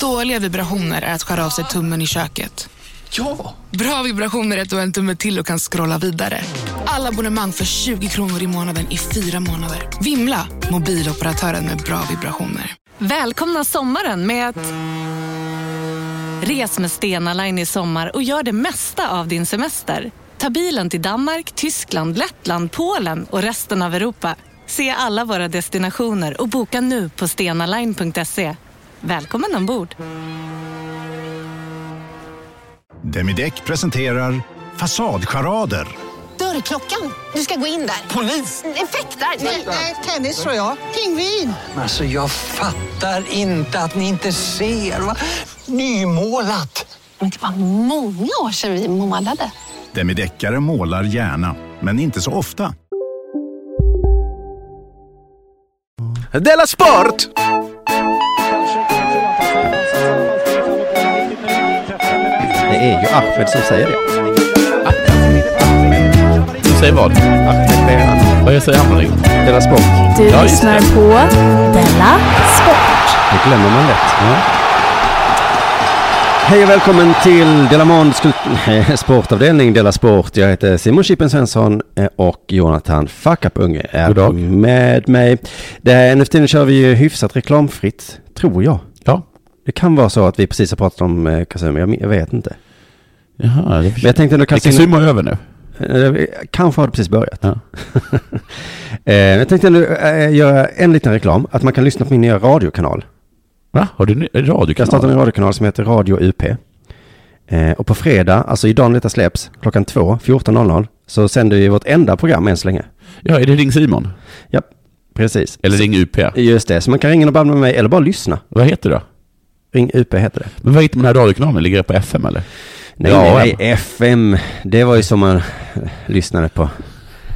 Dåliga vibrationer är att skära av sig tummen i köket. Ja! Bra vibrationer är att du har en tumme till och kan scrolla vidare. Alla abonnemang för 20 kronor i månaden i fyra månader. Vimla! Mobiloperatören med bra vibrationer. Välkomna sommaren med att... Res med Stena Line i sommar och gör det mesta av din semester. Ta bilen till Danmark, Tyskland, Lettland, Polen och resten av Europa. Se alla våra destinationer och boka nu på stenaline.se. Välkommen ombord! Demideck presenterar Fasadcharader. Dörrklockan. Du ska gå in där. Polis! Effektar? Nej, tennis tror jag. Pingvin. Alltså jag fattar inte att ni inte ser. Va? Nymålat! Men det var många år sedan vi målade. Demideckare målar gärna, men inte så ofta. Della Sport! Det är ju Ahmed som säger det. Du säger vad? Ahmed Behan. Vad jag säger Hammarby? Della Sport. Du Ja, just det. lyssnar på Della Sport. Det glömmer man lätt. Hej och välkommen till Della Månds kult- sportavdelning Della Sport. Jag heter Simon Chippen Svensson eh, och Jonathan Fuckup Unge är God dag. med mig. Det här, nu för tiden kör vi ju hyfsat reklamfritt, tror jag. Ja. Det kan vara så att vi precis har pratat om eh, Kazumi, jag, jag vet inte. Jaha, det Men jag tänkte ändå kan kasta in- simma över nu. Eh, Kanske har det precis börjat. Ja. eh, jag tänkte nu eh, göra en liten reklam, att man kan lyssna på min nya radiokanal. Va? Har du en Jag radiokanal? startade en radiokanal som heter Radio UP. Eh, och på fredag, alltså idag när detta släpps, klockan två, 14.00, så sänder vi vårt enda program än så länge. Ja, är det Ring Simon? Ja, precis. Eller Ring UP? Just det, så man kan ringa och babbla med mig eller bara lyssna. Vad heter det då? Ring UP heter det. Men vad heter den här radiokanalen? Ligger det på FM eller? Nej, Ja, nej, nej, FM, det var ju som man lyssnade på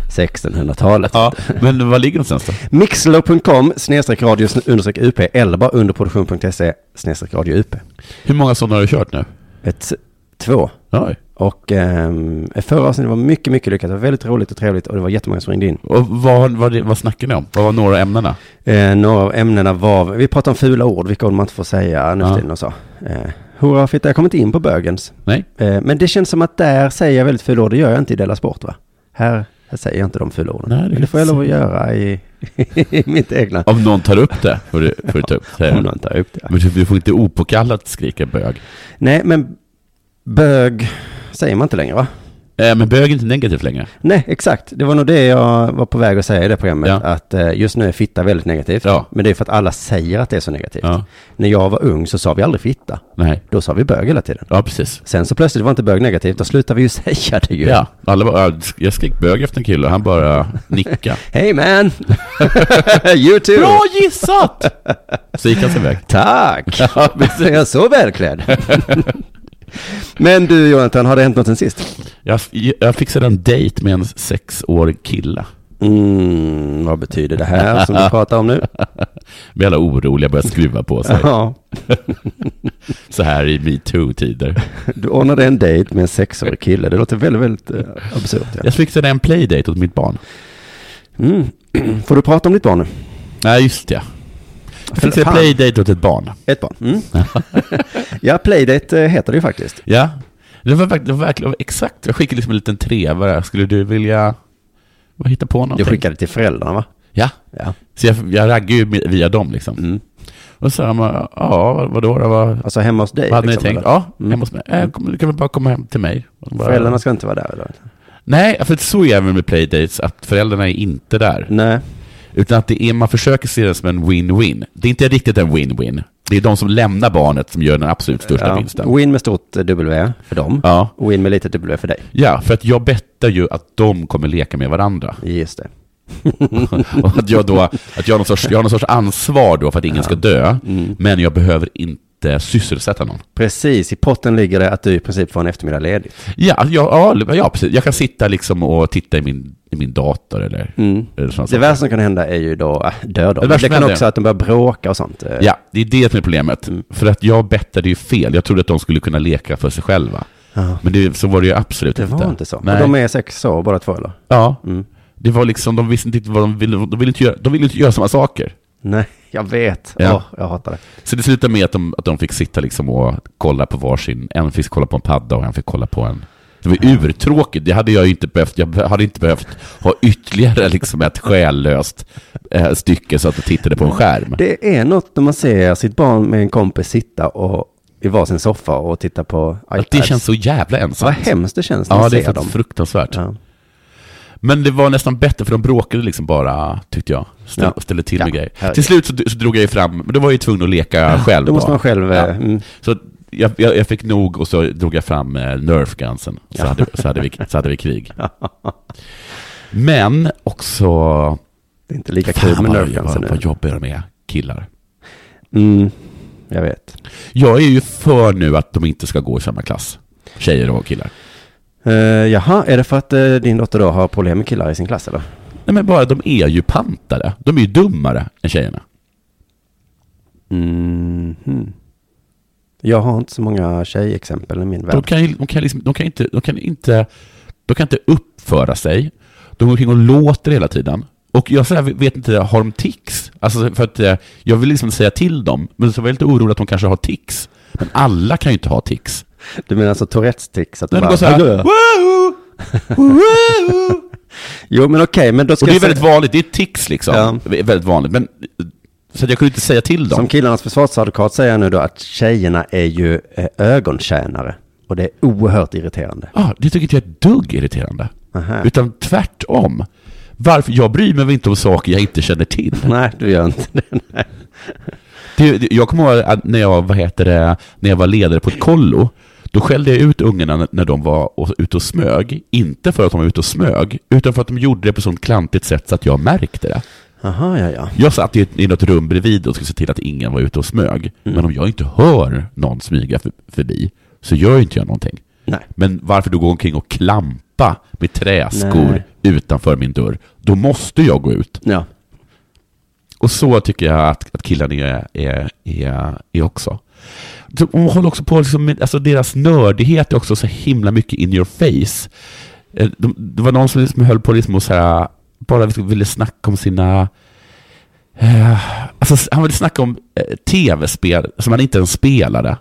1600-talet. Ja, men var ligger den någonstans då? Mixler.com snedstreck radio understreck UP eller bara underproduktion.se E snedstreck radio UP. Hur många sådana har du kört nu? Ett, två. Oj. Och ehm, förra avsnittet var mycket, mycket lyckat. Det var väldigt roligt och trevligt och det var jättemånga som ringde in. Och vad, vad, det- vad snackar ni om? Vad var några av ämnena? Eh, några av ämnena var, vi pratade om fula ord, vilka ord man inte får säga nu för Ja. tiden och så. Eh, hurra fitta, jag kom inte in på bögens. Nej? Eh, men det känns som att där säger jag väldigt fula ord, det gör jag inte i Della Sport va? Här, här säger jag inte de fula orden. Nej, det men det får jag lov att göra i, i mitt egna. Om någon tar upp det, får du, får du ta upp det. Om någon tar upp det. Men du- du får inte opåkallat skrika bög. Nej, men bög säger man inte längre va? Eh, men bög är inte negativt längre. Nej, exakt. Det var nog det jag var på väg att säga i det programmet. Ja. Att eh, just nu är fitta väldigt negativt. Ja. Men det är för att alla säger att det är så negativt. Ja. När jag var ung så sa vi aldrig fitta. Nej. Då sa vi bög hela tiden. Ja, precis. Sen så plötsligt var inte bög negativt. Då slutade vi ju säga det ju. Ja, alla bara, "Ja, jag skrek bög efter en kille och han bara nickade. Hey man! you too! Bra gissat! Så gick han sin väg. Tack! Ja, precis. jag är så välklädd. men du Jonathan, har det hänt något sen sist? Jag, jag fixade en dejt med en sexårig kille. Mm, vad betyder det här som du pratar om nu? Blev alla oroliga, började skruva på sig. Ja, Så här i metoo-tider. du ordnade en dejt med en sexårig kille. Det låter väldigt, väldigt eh, absurt. Ja. Jag fixade en playdate åt mitt barn. Mm. Får du prata om ditt barn nu? Nej, just det. Jag fixade en Fan. playdate åt ett barn. Ett barn. Mm. ja, Playdate eh, heter det ju faktiskt. Ja. Det var, verkligen, det var verkligen exakt. Jag skickade liksom en liten trevare. Skulle du vilja vad, hitta på någonting? Jag skickade till föräldrarna va? Ja. Ja. Så jag, jag raggade ju med- via dem liksom. Mm. Och så sa de, ja, vadå då? Vad, Alltså hemma hos dig? vad hade ni liksom, tänkt? eller? Ja, Mm. hemma hos mig. Äh, kom, du kan väl bara komma hem till mig? Och de bara, Föräldrarna ska inte vara där eller? Nej, för så är det med playdates, att föräldrarna är inte där. Nej. Utan att det är, man försöker se det som en win-win. Det är inte riktigt en win-win. Det är de som lämnar barnet som gör den absolut största Ja. vinsten. Win med stort eh, W för dem. Ja. Win med litet W för dig. ja, för att jag bettar ju att de kommer leka med varandra. Just det. Och att jag då, att jag har någon sorts, jag har någon sorts ansvar då för att ingen ska dö, men jag behöver inte sysselsätta någon. Precis, i potten ligger det att du i princip får en eftermiddag ledigt. Ja, ja, ja, ja precis. Jag kan sitta liksom och titta i min, i min dator eller, eller sådana Det saker. värsta som kan hända är ju då äh, död. Mm. Det Det, värsta det kan händer. också att de börjar bråka och sånt. eh. Ja, det är det som är problemet. Mm. För att jag bettade ju fel. Jag trodde att de skulle kunna leka för sig själva. Men det, så var det ju absolut Det inte. var inte så. Och Nej. de är Mm. sex år båda två eller? Ja. Det var liksom, de visste inte riktigt vad de ville, de ville inte göra, de ville inte göra samma saker. Nej, jag vet. Ja. Åh, jag hatar det. Så det slutade med att de, att de fick sitta liksom och kolla på varsin, en fick kolla på en padda och en fick kolla på en det var urtråkigt, det hade jag ju inte behövt, jag be- hade inte behövt ha ytterligare liksom ett själlöst eh, stycke så att jag tittade på en skärm. Det är något när man ser sitt barn med en kompis sitta och i varsin soffa och titta på iPads. Att det känns så jävla Vad ensamt. hemskt det känns när Ja, man det är ser faktiskt dem. fruktansvärt. Ja. Men det var nästan bättre, för de bråkade liksom bara, tyckte jag. Ställ, Ja. Ställde till med Ja. grejer. Herregud. Till slut så, så drog jag ju fram, men då var jag ju tvungen att leka själv. Då måste då. man själv... Ja. eh, Mm, Så jag, jag, jag fick nog och så drog jag fram eh, Nerf gunsen. Så, hade, så, hade vi, så hade vi krig. Men också... det är inte lika kul Fan med vad, vad, nerfgansen nu. vad jobbiga de är, killar. Mm, jag vet. Jag är ju för nu att de inte ska gå i samma klass. Tjejer och killar. Eh, jaha, är det för att eh, din dotter då har problem med killar i sin klass eller? Nej men bara, de är ju pantade. De är ju dummare än tjejerna. Mhm. Jag har inte så många tjejexempel i min De värld. kan, ju- de, kan liksom, de, kan inte, de, kan inte, de kan inte uppföra sig. De går omkring och låter hela tiden. Och jag så här, vet inte, har de tics? Alltså för att eh, jag vill liksom säga till dem, men så var jag lite orolig att de kanske har tics. Men alla kan ju inte ha tics. Du menar alltså Tourettes tics? Att När de bara- går så här, "Woo! Woo!" Jo men okej, men då ska Och det är jag väldigt säga, vanligt, det är tics liksom. Ja. Det är väldigt vanligt. Men, så att jag kunde inte säga till dem. som killarnas försvarsadvokat säger jag nu då att tjejerna är ju eh, ögontjänare. Och det är oerhört irriterande. Ja, Ah, det tycker inte jag är ett dugg irriterande. Aha. Utan tvärtom. Varför? Jag bryr mig väl inte om saker jag inte känner till. Nej, du gör inte det. Nej. Det, det, jag kommer ihåg att när jag, vad heter det, när jag var ledare på ett kollo, då skällde jag ut ungarna när- när de var och- ute och smög. Inte för att de var ute och smög, utan för att de gjorde det på ett sånt klantigt sätt så att jag märkte det. Jaha, ja, ja. Jag satt i, ett, i något rum bredvid och skulle se till att ingen var ute och smög. Men om jag inte hör någon smyga för, förbi, så gör ju inte jag någonting. Nej. Men varför då gå omkring och klampa med träskor Nej. utanför min dörr? Då måste jag gå ut. Ja. Och så tycker jag att, att killarna är, är, är, är också. Så Hon håller också på, liksom, med- alltså deras nördighet är också så himla mycket in your face. Eh, De, det var någon som liksom höll på liksom och så här, bara liksom ville snacka om sina... Eh, alltså han ville snacka om eh, tv-spel som han inte ens spelade.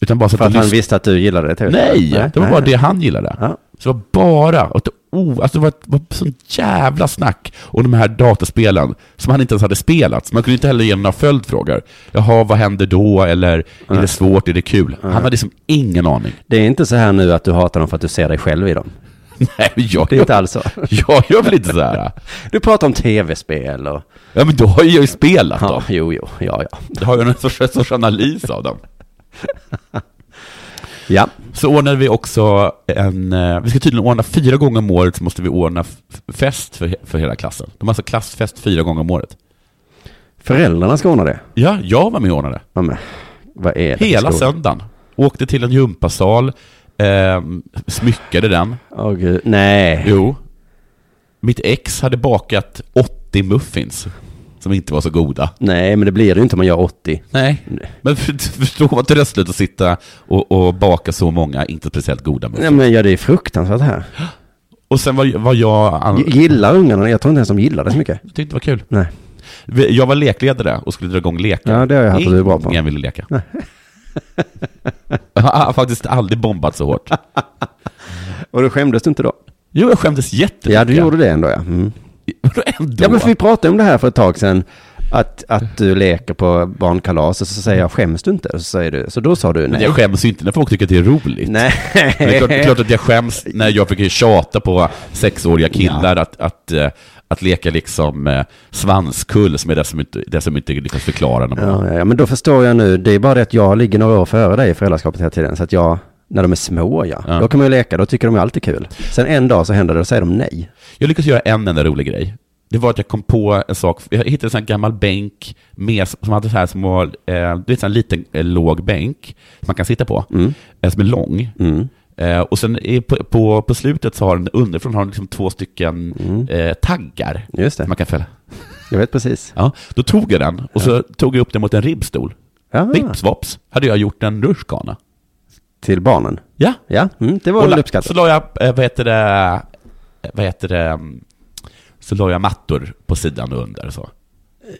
Utan bara så För att de han lyssnade. visste att du gillade det. tydligen. Nej, det var bara det han gillade. Ja. Så det var bara, och det, oh, alltså det var, det var sånt jävla snack om de här dataspelen som han inte ens hade spelat. Så man kunde inte heller ge några följdfrågor. Jaha, vad händer då? Eller är det svårt? Är det kul? Han hade liksom ingen aning. Det är inte så här nu att du hatar dem för att du ser dig själv i dem. Nej, men jag, Det är inte alls så. jag gör väl inte så här. Du pratar om tv-spel och... Ja, men då har jag ju spelat Ja, dem. jo, jo, ja, ja. Då har jag någon sorts, sorts analys av dem. Ja, Så ordnade vi också en, eh, vi ska tydligen ordna fyra gånger om året så måste vi ordna f- fest för, he- för hela klassen. De har alltså klassfest fyra gånger om året. föräldrarna ska ordna det. Ja, jag var med och ordnade. Ja, men, vad är det för Hela skola? söndagen. Åkte till en gympasal, eh, smyckade den. Åh gud, nej. Jo. Mitt ex hade bakat 80 muffins, som inte var så goda. Nej, men det blir det ju inte om man gör 80. Nej, men för- förstå vad tröstlöst att sitta och, och baka så många inte speciellt goda muffins. Nej, men ja, det är fruktansvärt här. Och sen var, var jag... An... G- Gillar ungarna? Jag tror inte ens de gillar det så mycket. Jag tyckte det var kul. Nej. Vi- Jag var lekledare och skulle dra igång leken. Ja, det har jag hört att du är bra på. Ingen ville leka. jag har faktiskt aldrig bombat så hårt. Och då skämdes du inte då? Jo, jag skämdes jättemycket. Ja, du gjorde det ändå ja. Mm. Vadå ändå? Ja, men för vi pratade om det här för ett tag sedan. Att, att du leker på barnkalas och så säger jag skäms du inte? Och så säger du, så då sa du Men nej. jag skäms ju inte när folk tycker att det är roligt. Nej. Men det är klart, det är klart att jag skäms när jag försöker tjata på sexåriga killar att, att, eh, att leka liksom eh, svanskull, som är det som inte, det som inte lyckas förklara någon. Ja, ja, ja, men då förstår jag nu. Det är bara det att jag ligger några år före dig i föräldraskapet hela tiden. Så att jag, när de är små ja, Ja. då kan man ju leka, då tycker de ju alltid kul. Sen en dag så händer det, då säger de nej. Jag lyckades göra en enda rolig grej. Det var att jag kom på en sak, jag hittade en sån här gammal bänk med, som hade så här små, eh, det är en liten eh, låg bänk som man kan sitta på, Mm. eh, som är lång. Eh, och sen i- på, på, på slutet så har den underifrån har den liksom två stycken Mm. eh, taggar Just det. som man kan fälla. Jag vet precis. Ja, då tog jag den och så tog jag upp den mot en ribbstol. Ja, Vips vaps hade jag gjort en rutschkana. till barnen. Ja. Ja, mm, det var Och väl la- uppskattat. så la jag, eh, vad heter det, eh, vad heter det, mm, så la jag mattor på sidan och under och så.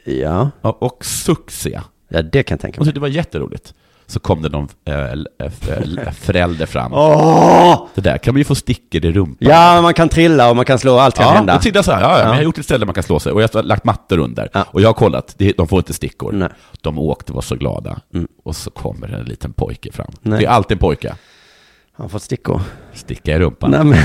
Ja, Ja, och succé. ja det kan jag tänka Hon mig. tyckte det var jätteroligt. Så kom det någon eh, l- eh, f- eh, förälder fram. Åh! Det där kan man ju få stickor i rumpan. Ja, man kan trilla och man kan slå, allt kan Ja, hända. då tittade jag så här, ja, ja, men jag har Ja. gjort ett ställe där man kan slå sig och jag har lagt mattor under. Ja. Och jag har kollat, det- de får inte stickor. Nej. Mm. De åkte och var så glada. Och så kommer en liten pojke fram. Nej. Det är alltid en pojke. Har fått stickor. Sticka i rumpan. Nej, men...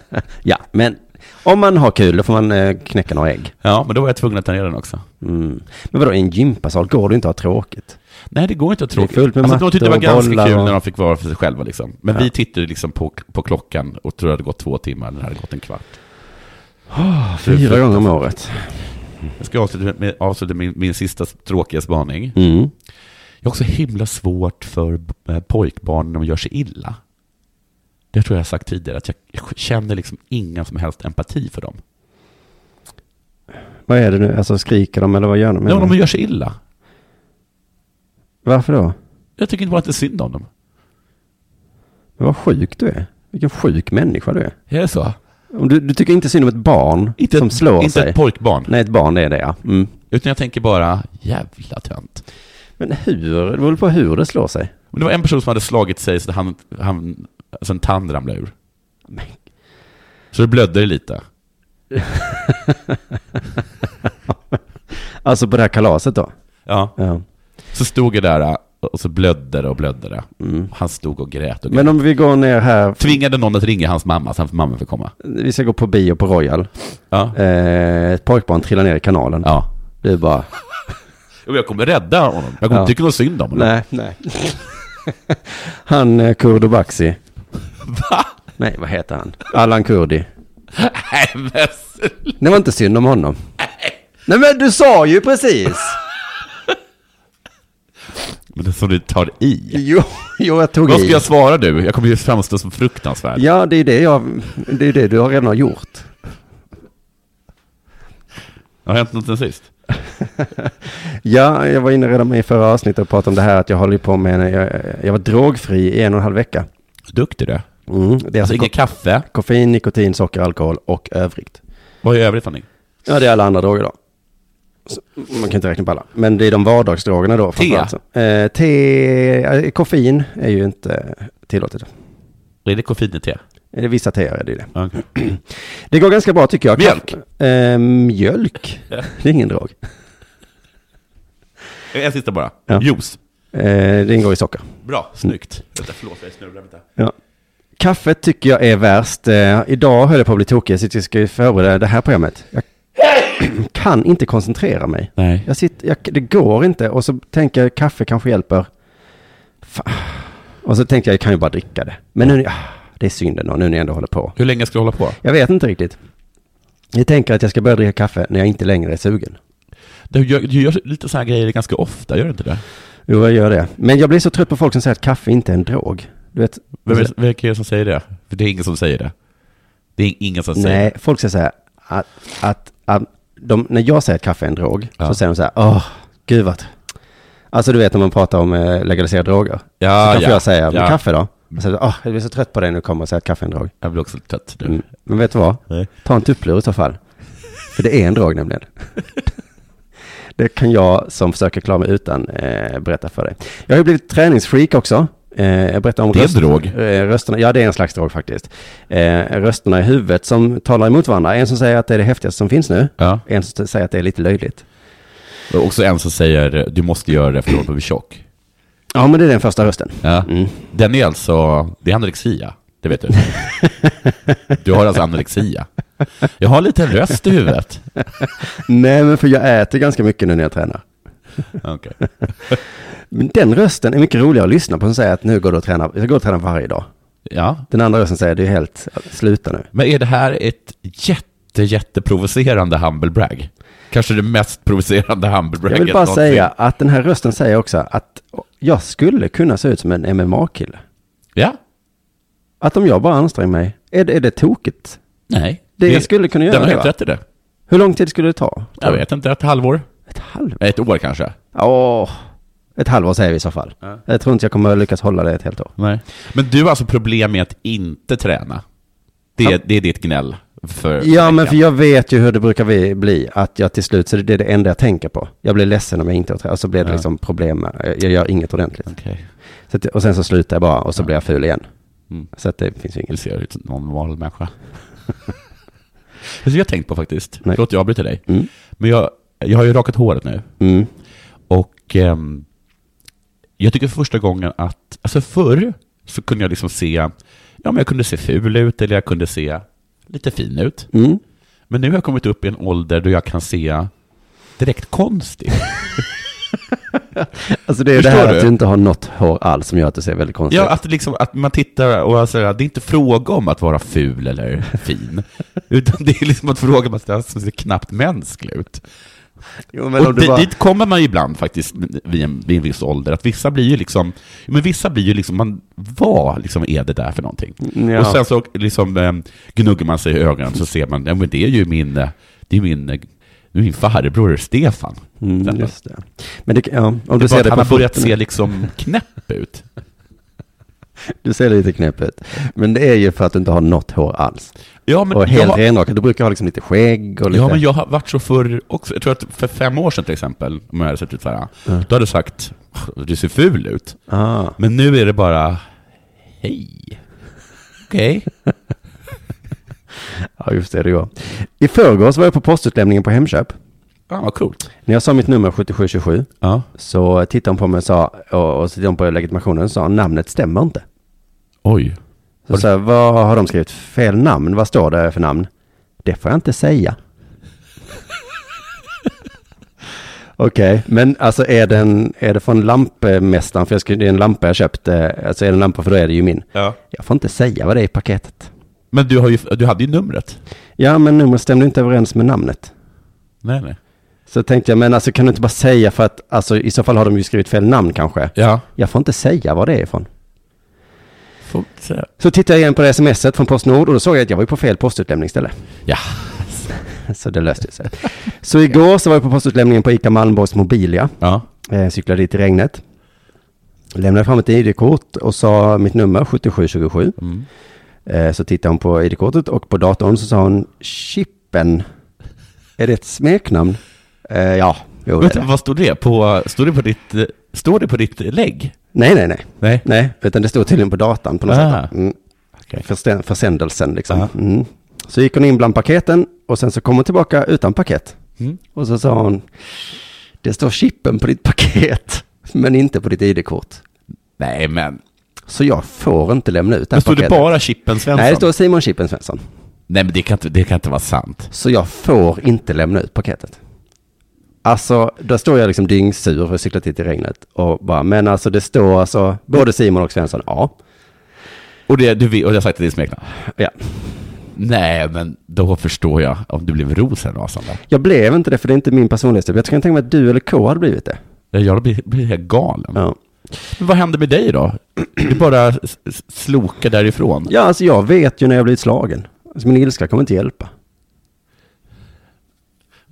ja, men om man har kul då får man eh, knäcka några ägg. Ja, men då var jag tvungen att ta ner den också. Mm. Men vadå, i en gympasal går det inte att ha tråkigt? Nej, det går inte att är tråkigt. fullt med alltså, de mattor tyckte det var och ganska bollar kul och- när de fick vara för sig själva. Liksom. Men Ja. vi tittade liksom på, på klockan och trodde det hade gått två timmar, när det hade gått en kvart. Fyra gånger om året. Jag ska avsluta med, avsluta med min, min sista tråkiga spaning. Mm. Jag har också himla svårt för eh, pojkbarn när de gör sig illa. Det tror jag jag har sagt tidigare, att jag känner liksom ingen som helst empati för dem. Vad är det nu? Alltså skriker de eller vad gör de? Men om de gör sig illa. Varför då? Jag tycker inte bara att det är synd om dem. Men vad sjuk du är. Vilken sjuk människa du är. Är det så? Om du, du tycker inte synd om ett barn Inte som ett, slår inte sig. ett pojkbarn. Nej, ett barn det är det ja. Mm. Utan jag tänker bara, jävla tönt. Men hur? Det beror på hur det slår sig. Men det var en person som hade slagit sig så att han, han, alltså en tand ramlade ur. Men- Så det blödde lite. Alltså på det här kalaset då? Ja. Ja. Så stod jag där eh, och så blödde det och blödde det. Han stod och grät och grät. Men om vi går ner här. Tvingade någon att ringa hans mamma så att mamma fick komma. Vi ska gå på bio på Royal. Ja. Eh, ett pojkbarn trillar ner i kanalen. ja. Du bara, Jo, Jag kommer rädda honom. Jag kommer Ja. tycka något synd om honom. nej, nej. han eh, Kurdobaxi. Va? Nej, vad heter han? Allan Kurdi. Nej, men sl- Det var inte synd om honom. Nej, men du sa ju precis. Men det är som du tar i. Jo, jo jag tog Vad ska i. jag svara nu? Jag kommer ju framstå som fruktansvärd. Ja, det är det jag, det är det du har redan har gjort. Har hänt något sen sist? Ja, jag var inne redan i förra avsnittet och pratade om det här att jag håller på med, en- jag, jag var drogfri i en och en halv vecka. Duktig du. Mm. Det är Alltså alltså inget ko- kaffe. koffein, nikotin, socker, alkohol och övrigt. Vad är övrigt Annie? Ja, det är alla andra droger då. Så, man kan inte räkna på alla. Men det är de vardagsdrogerna då. framförallt. Eh, te, eh, koffein är ju inte tillåtet. Är det koffein i te? Eh, Vissa teer är det ju det. Okay. Det går ganska bra tycker jag. Mjölk? Kaff- Eh, mjölk? Det är ingen drog. En sista bara. Ja. Juice. Eh, det ingår i socker. Bra, snyggt. Vänta, förlåt, jag snurrar. Vänta. Ja. Kaffet tycker jag är värst. Eh, idag höll jag på att bli tokig, så jag ska ju förbereda det här programmet. Jag kan inte koncentrera mig. Nej. Jag sitter, jag, det går inte och så tänker jag kaffe kanske hjälper. Fa- Och så tänkte jag, jag kan ju bara dricka det. Men nu, ah, det är synd ändå, nu när jag ändå håller på. Hur länge ska du hålla på? Jag vet inte riktigt. Jag tänker att jag ska börja dricka kaffe när jag inte längre är sugen. Du gör, du gör lite sådana här grejer ganska ofta, gör du inte det? Jo, jag gör det. Men jag blir så trött på folk som säger att kaffe inte är en drog. Du vet, Alltså, Vem är, vilka är det som säger det? För det är ingen som säger det. Det är ingen som säger Nej, folk säger så här att, att, att de, när jag säger att kaffe är en drog Ja. så säger de så här, åh, gud vad... Alltså du vet när man pratar om eh, legaliserade droger. Ja, så kanske Ah, ja, jag säger, men ja. kaffe då? Och så, åh, jag blir så trött på dig när du kommer och säger att kaffe är en drog. Jag blir också trött nu. Mm. Men vet du vad? Nej. Ta en tupplur i så fall. För det är en drog nämligen. Det kan jag som försöker klara mig utan eh, berätta för dig. Jag har ju blivit träningsfreak också. Eh, jag berättar om Det är en drog. eh, rösterna. Ja, det är en slags drog faktiskt. Eh, rösterna i huvudet som talar emot varandra. En som säger att det är det häftigaste som finns nu. Ja. En som säger att det är lite löjligt. Och också en som säger du måste göra det för du håller på att bli tjock. Ja, men det är den första rösten. Ja. Mm. Den är alltså, det är anorexia, det vet du. Du har alltså anorexia. Jag har lite en röst i huvudet. Nej, men för jag äter ganska mycket nu när jag tränar. Okej. Men den rösten är mycket roligare att lyssna på som säger att nu går du och tränar. Jag går och tränar varje dag. Ja. Den andra rösten säger det är helt, sluta nu. Men är det här ett jätte, jätteprovocerande humble brag? Kanske det mest provocerande humble bragget Jag vill bara någonsin. säga att den här rösten säger också att jag skulle kunna se ut som en MMA-kille. Ja. Att om jag bara anstränger mig, är det, är det tokigt? Nej. Det jag skulle kunna göra, Den har helt va? rätt i det. Hur lång tid skulle det ta? Jag vet inte, ett halvår? Ett halvår? Ett år kanske? Åh, ett halvår säger vi i så fall. Jag tror inte jag kommer lyckas hålla det ett helt år. Nej. Men du har alltså problem med att inte träna? Det är, det är ditt gnäll? För Ja, men för jag vet ju hur det brukar vi- bli, att jag till slut, så det är det enda jag tänker på. Jag blir ledsen om jag inte har och så blir det Ja. liksom problem, med- jag gör inget ordentligt. Okej. Så att, och sen så slutar jag bara och så Ja. blir jag ful igen. Mm. Så att det finns ju Vill inget. se ut som en normal människa. det har jag tänkt på faktiskt. Nej. Förlåt, jag avbryter dig. Mm. Men jag, jag har ju rakat håret nu. Mm. Och ehm, jag tycker för första gången att, alltså förr så kunde jag liksom se, ja men jag kunde se ful ut eller jag kunde se lite fin ut. Mm. Men nu har jag kommit upp i en ålder då jag kan se direkt konstig. Alltså det är ju det Förstår här du? att du inte har något hår alls som gör att du ser väldigt konstig ja, ut. att, liksom, att man tittar och alltså, det är inte fråga om att vara ful eller fin. utan det är liksom att fråga om att det ser knappt mänsklig ut. Jo, men och om du di- bara... dit kommer man ju ibland faktiskt vid en, vid en viss ålder, att vissa blir ju liksom, ja, men vissa blir ju liksom, man, vad liksom är det där för någonting? Ja. Och sen så liksom eh, gnuggar man sig i ögonen så ser man, ja men det är ju min, eh, det är min, eh, det är min farbror Stefan. Mm, Sen då. just det. Men det, ja, om Det du är bara ser att det han på har börjat foten, se liksom knäpp ut. du ser lite knäpp ut. Men det är ju för att du inte har något hår alls. Ja, men och helt jag, renrakad, du brukar ha liksom lite skägg och lite... Ja, men jag har varit så förr också. Jag tror att för fem år sedan till exempel, om jag hade sett ut så här, då hade du sagt, du ser ful ut. Ah. Men nu är det bara, hej. Okej. Ja, just det, det går. I förrgår så var jag på postutlämningen på Hemköp. Ja, vad coolt. När jag sa mitt nummer 7727 Ja. så tittade hon på mig och sa, och, och så tittade hon på legitimationen och sa, namnet stämmer inte. Oj. Så, så här, vad har de skrivit? Fel namn? Vad står det för namn? Det får jag inte säga. Okej, men alltså är den, är det från lampmästaren? För jag skulle, det är en lampa jag köpte, alltså är det en lampa för då är det ju min. Ja. Jag får inte säga vad det är i paketet. Men du, har ju, du hade ju numret. Ja, men numret stämde inte överens med namnet. Nej, nej. Så tänkte jag, men alltså kan du inte bara säga för att, alltså i så fall har de ju skrivit fel namn kanske. Ja. Jag får inte säga vad det är ifrån. Får inte säga. Så tittade jag igen på det smset från Postnord och då såg jag att jag var ju på fel postutlämningsställe. Ja. Så det löste sig. Så igår så var jag på postutlämningen på ICA Malmborgs Mobilia. Ja. Eh, cyklade dit i regnet. Lämnade fram ett ID-kort och sa mitt nummer 7727. Eh, så tittade hon på ID-kortet och på datorn så sa hon Chippen. Är det ett smeknamn? Eh, ja, jo det är Vänta, det. vad stod det på? Stod det på ditt, eh, står det på ditt lägg? Nej, nej, nej. Nej. Nej, utan det stod tydligen på datan på något Ah. sätt. Mm. Okej. Förstä- försändelsen liksom. Ja. Mm. Så gick hon in bland paketen och sen så kom hon tillbaka utan paket. Mm. Och så sa hon, det står chippen på ditt paket, men inte på ditt ID-kort. Nej, men. Så jag får inte lämna ut det här Men stod det paketet. bara Chippen Svensson? Nej, det står Simon Chippen Svensson. Nej, men det kan, inte, det kan inte vara sant. Så jag får inte lämna ut paketet. Alltså, där står jag liksom dyngsur för att cykla dit i regnet och bara, men alltså det står alltså både Simon och Svensson, ja. Och, det, du, vet- och jag har sagt att det är smeknamn. ja. Nej, men då förstår jag om du blev rosenrasande. Jag blev inte det för det är inte min personlighetstyp. Jag kan tänka mig att du eller K hade blivit det. Jag blir, blir helt galen. Ja. Men vad hände med dig då? Du bara s- s- slokade därifrån. ja, alltså jag vet ju när jag blivit slagen. Alltså, min ilska kommer inte hjälpa.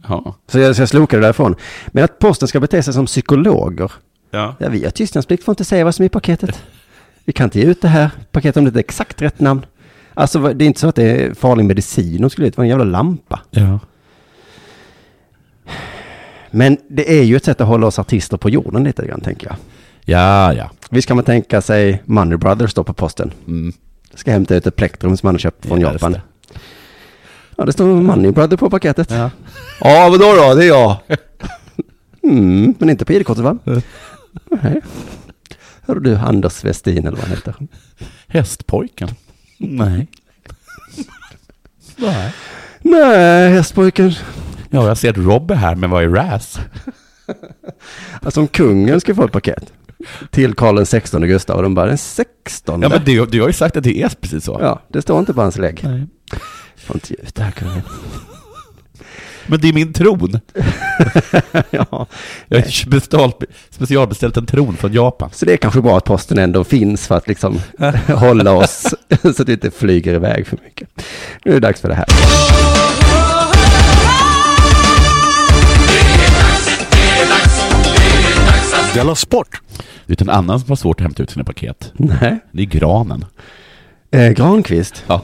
Ja. Så jag, så jag slokade därifrån. Men att posten ska bete sig som psykologer. ja. Ja, vi har tystnadsplikt, får inte säga vad som är i paketet. Vi kan inte ge ut det här paketet om det inte är exakt rätt namn. Alltså vad- det är inte så att det är farlig medicin de skulle ut, det var en jävla lampa. ja. Men det är ju ett sätt att hålla oss artister på jorden lite grann, tänker jag. Ja, ja. Visst kan man tänka sig Money Brothers då på posten. Mm. Ska hämta ut ett plektrum som man har köpt från Ja, just Japan. det. Ja, det står Money Brother på paketet. Ja, ja vadå då? Det är jag. Mm, men inte på ID-kortet va? Nej. Hör du Anders Westin eller vad han heter. Hästpojken? Nej. Nej. Nej, hästpojken. Ja, jag ser att Robbe här, men vad är Raz? Alltså om kungen ska få ett paket till Karl den 16 Gustav och de bara den 16 Ja, men du, du har ju sagt att det är precis så. ja, det står inte på hans lägg. Nej. Får inte ge ut det här kungen. Men det är min tron. ja. Jag har beställt, specialbeställt en tron från Japan. Så det är kanske bra att posten ändå finns för att liksom hålla oss så att vi inte flyger iväg för mycket. Nu är det dags för det här. Della Sport! Det är en annan som har svårt att hämta ut sina paket. Nej. Det är granen. Eh, Granqvist. Ja.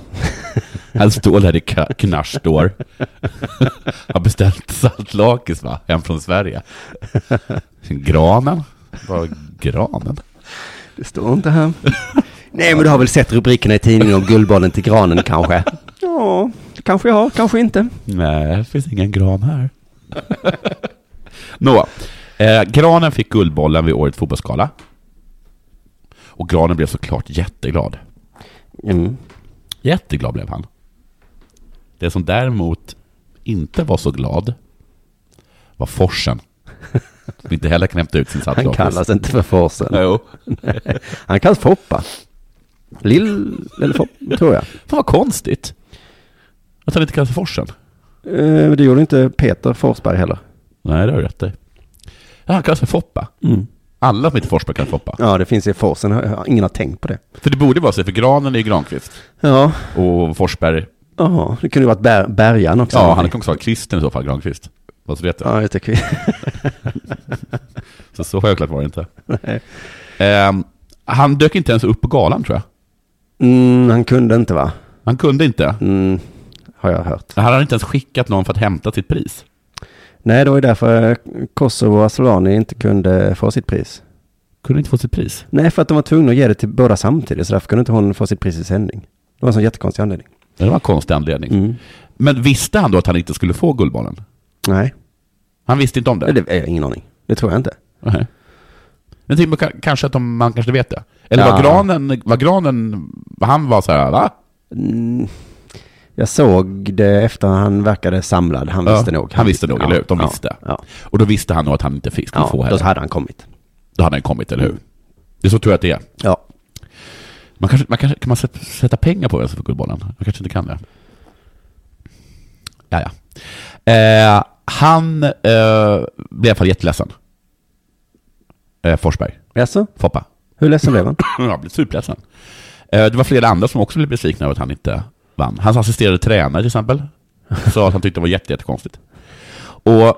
Han står där i ka- Knasch står. Har beställt saltlakis va? Hem från Sverige. Granen? Var granen? Det står inte här. Nej, men du har väl sett rubrikerna i tidningen om Guldbollen till granen kanske? Ja, kanske jag har, kanske inte. Nej, det finns ingen gran här. Nå, eh, granen fick Guldbollen vid årets fotbollsskala. Och granen blev såklart jätteglad. Mm. Jätteglad blev han. Det som däremot inte var så glad var forsen. Som inte heller knäppte ut sin Han saltlakis. kallas inte för Forsen. Jo. Han kallas Foppa. Lill, eller Fopp, tror jag. Fan vad konstigt. Att han inte kallas för forsen. Eh, Det gjorde inte Peter Forsberg heller. Nej, det har du rätt i. Ja, han kallas för Foppa. Alla som heter Forsberg kallas Foppa. Ja, det finns i Forsen. Ingen har tänkt på det. För det borde vara så, för granen är ju Granqvist. Ja, Och Forsberg, ja det kunde ju varit Bär, Bergan också. ja han kan också vara kristen i så fall, Granqvist. Vad så vet jag. Ja, just det. Kvi- Så, så självklart var det inte. Ehm, han dök inte ens upp på galan tror jag. Mm, han kunde inte va? Han kunde inte. Mm, har jag hört. Han hade inte ens skickat någon för att hämta sitt pris. Nej, det var ju därför eh, Kosovo och Asllani inte kunde få sitt pris. Kunde inte få sitt pris. Nej, för att de var tvungna att ge det till båda samtidigt, så därför kunde inte hon få sitt pris i sändning. Det var en sån jättekonstig anledning. Det var en konstig anledning. Mm. Men visste han då att han inte skulle få Guldbollen? Nej, Han visste inte om det, det? det är jag ingen aning. Det tror jag inte. Nej. Men tänk, man kan- kanske att de, man kanske vet det. Eller var Ja. granen, var granen, han var så här, va? Mm, jag såg det efter han verkade samlad. Han Ja, visste nog. Han visste nog, Ja, eller hur? De ja, visste. Ja, Och då visste han nog att han inte fick skulle få ja heller. då hade han kommit. Då hade han kommit, eller hur? Det är så tror jag att det är. Ja, Man kanske, man kanske, kan man sätt- sätta pengar på vem som får Guldbollen? Man kanske inte kan det. Ja, ja. Eh, han eh, blev i alla fall jätteledsen. Eh, Forsberg. Jaså? Foppa. hur ledsen blev han? Han blev superledsen. Eh, det var flera andra som också blev besvikna över att han inte vann. Hans assisterade tränare till exempel sa att han tyckte det var jätte, jättekonstigt. Och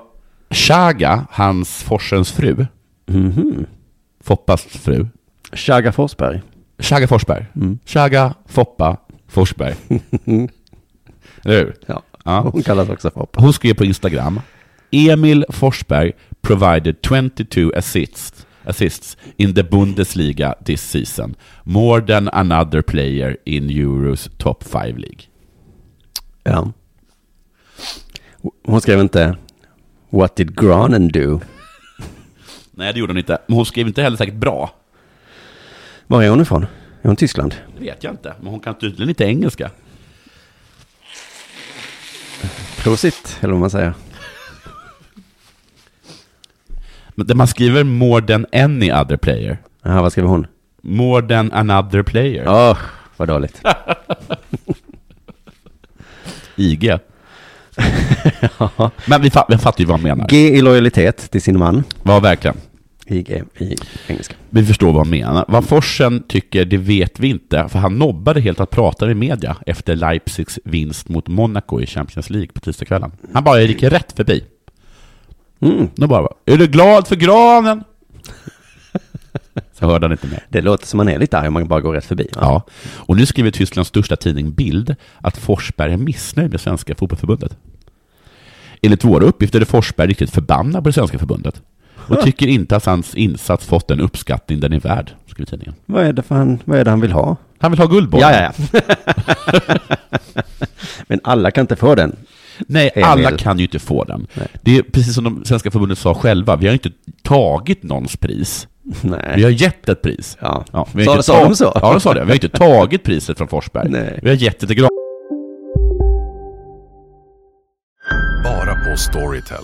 Chaga, hans Forsens fru, Mhm. Foppas fru, Shagga Forsberg. Chaga Forsberg. Chaga, Foppa, Forsberg. Eller hur? Ja. Ja. Hon kallas också för Hoppa. Hon skrev på Instagram, Emil Forsberg provided 22 assists, assists in the Bundesliga this season, more than another player in Euros top 5 League. Ja. Hon skrev inte What did Granen do? Nej, det gjorde hon inte. Men hon skrev inte heller säkert bra. Var är hon ifrån? Är hon Tyskland? Det vet jag inte, men hon kan tydligen inte engelska. Prosit, eller vad man säger. Men där man skriver more than any other player. Jaha, vad skriver hon? More than another player. Åh, vad dåligt. IG. Men vi, fa- vi fattar ju vad han menar. G i lojalitet till sin man. Ja, verkligen. IG i engelska. Vi förstår vad han menar. Vad Forsen tycker, det vet vi inte, för han nobbade helt att prata med media efter Leipzigs vinst mot Monaco i Champions League på tisdagskvällen. Han bara gick rätt förbi. Mm. Då bara, är du glad för granen? Så hörde han inte mer. Det låter som man är lite arg om man bara går rätt förbi. va? Ja, och nu skriver Tysklands största tidning Bild att Forsberg är missnöjd med Svenska Fotbollförbundet. Enligt våra uppgifter är Forsberg riktigt förbannad på det svenska förbundet och tycker inte att hans insats fått den uppskattning den är värd, skriver tidningen. Vad, är det för han, vad är det han vill ha? Han vill ha Guldbollen. Ja, ja, ja. Men alla kan inte få den. Nej, Emil. alla kan ju inte få den. Nej. Det är precis som de svenska förbundet sa själva, vi har ju inte tagit någons pris. Vi Nej. har gett ett pris. Ja. vi har Sa- inte sa de ta- så? Ja, de sa det. Vi har inte tagit priset från Forsberg. Nej. Vi har gett det till Gran. Bara på Storytel.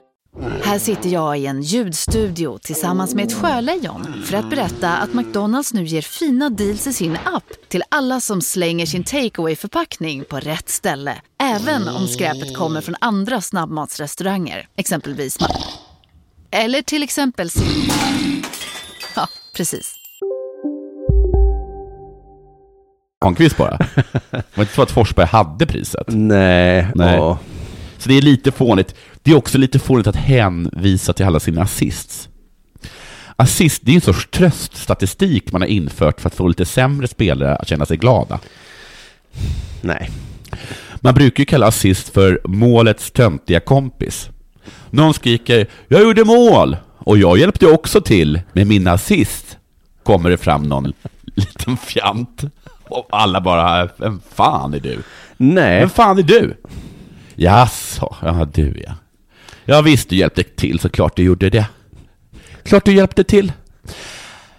Här sitter jag i en ljudstudio tillsammans med ett sjölejon för att berätta att McDonalds nu ger fina deals i sin app till alla som slänger sin takeaway förpackning på rätt ställe. Även om skräpet kommer från andra snabbmatsrestauranger, exempelvis Ma- Eller till exempel Sil- Ja, precis. Granqvist bara. Det var inte så att Forsberg hade priset. Nej. ja. Så det är lite fånigt. Det är också lite fånigt att hänvisa till alla sina assists. Assist, det är en sorts tröststatistik man har infört för att få lite sämre spelare att känna sig glada. Nej. Man brukar ju kalla assist för målets töntiga kompis. Någon skriker ”Jag gjorde mål!” och ”Jag hjälpte också till med min assist”, kommer det fram någon liten fjant. Och alla bara ”Vem fan är du?” Nej. Vem fan är du? Jaså, ja du ja. Ja visst, du hjälpte till såklart du gjorde det. Klart du hjälpte till.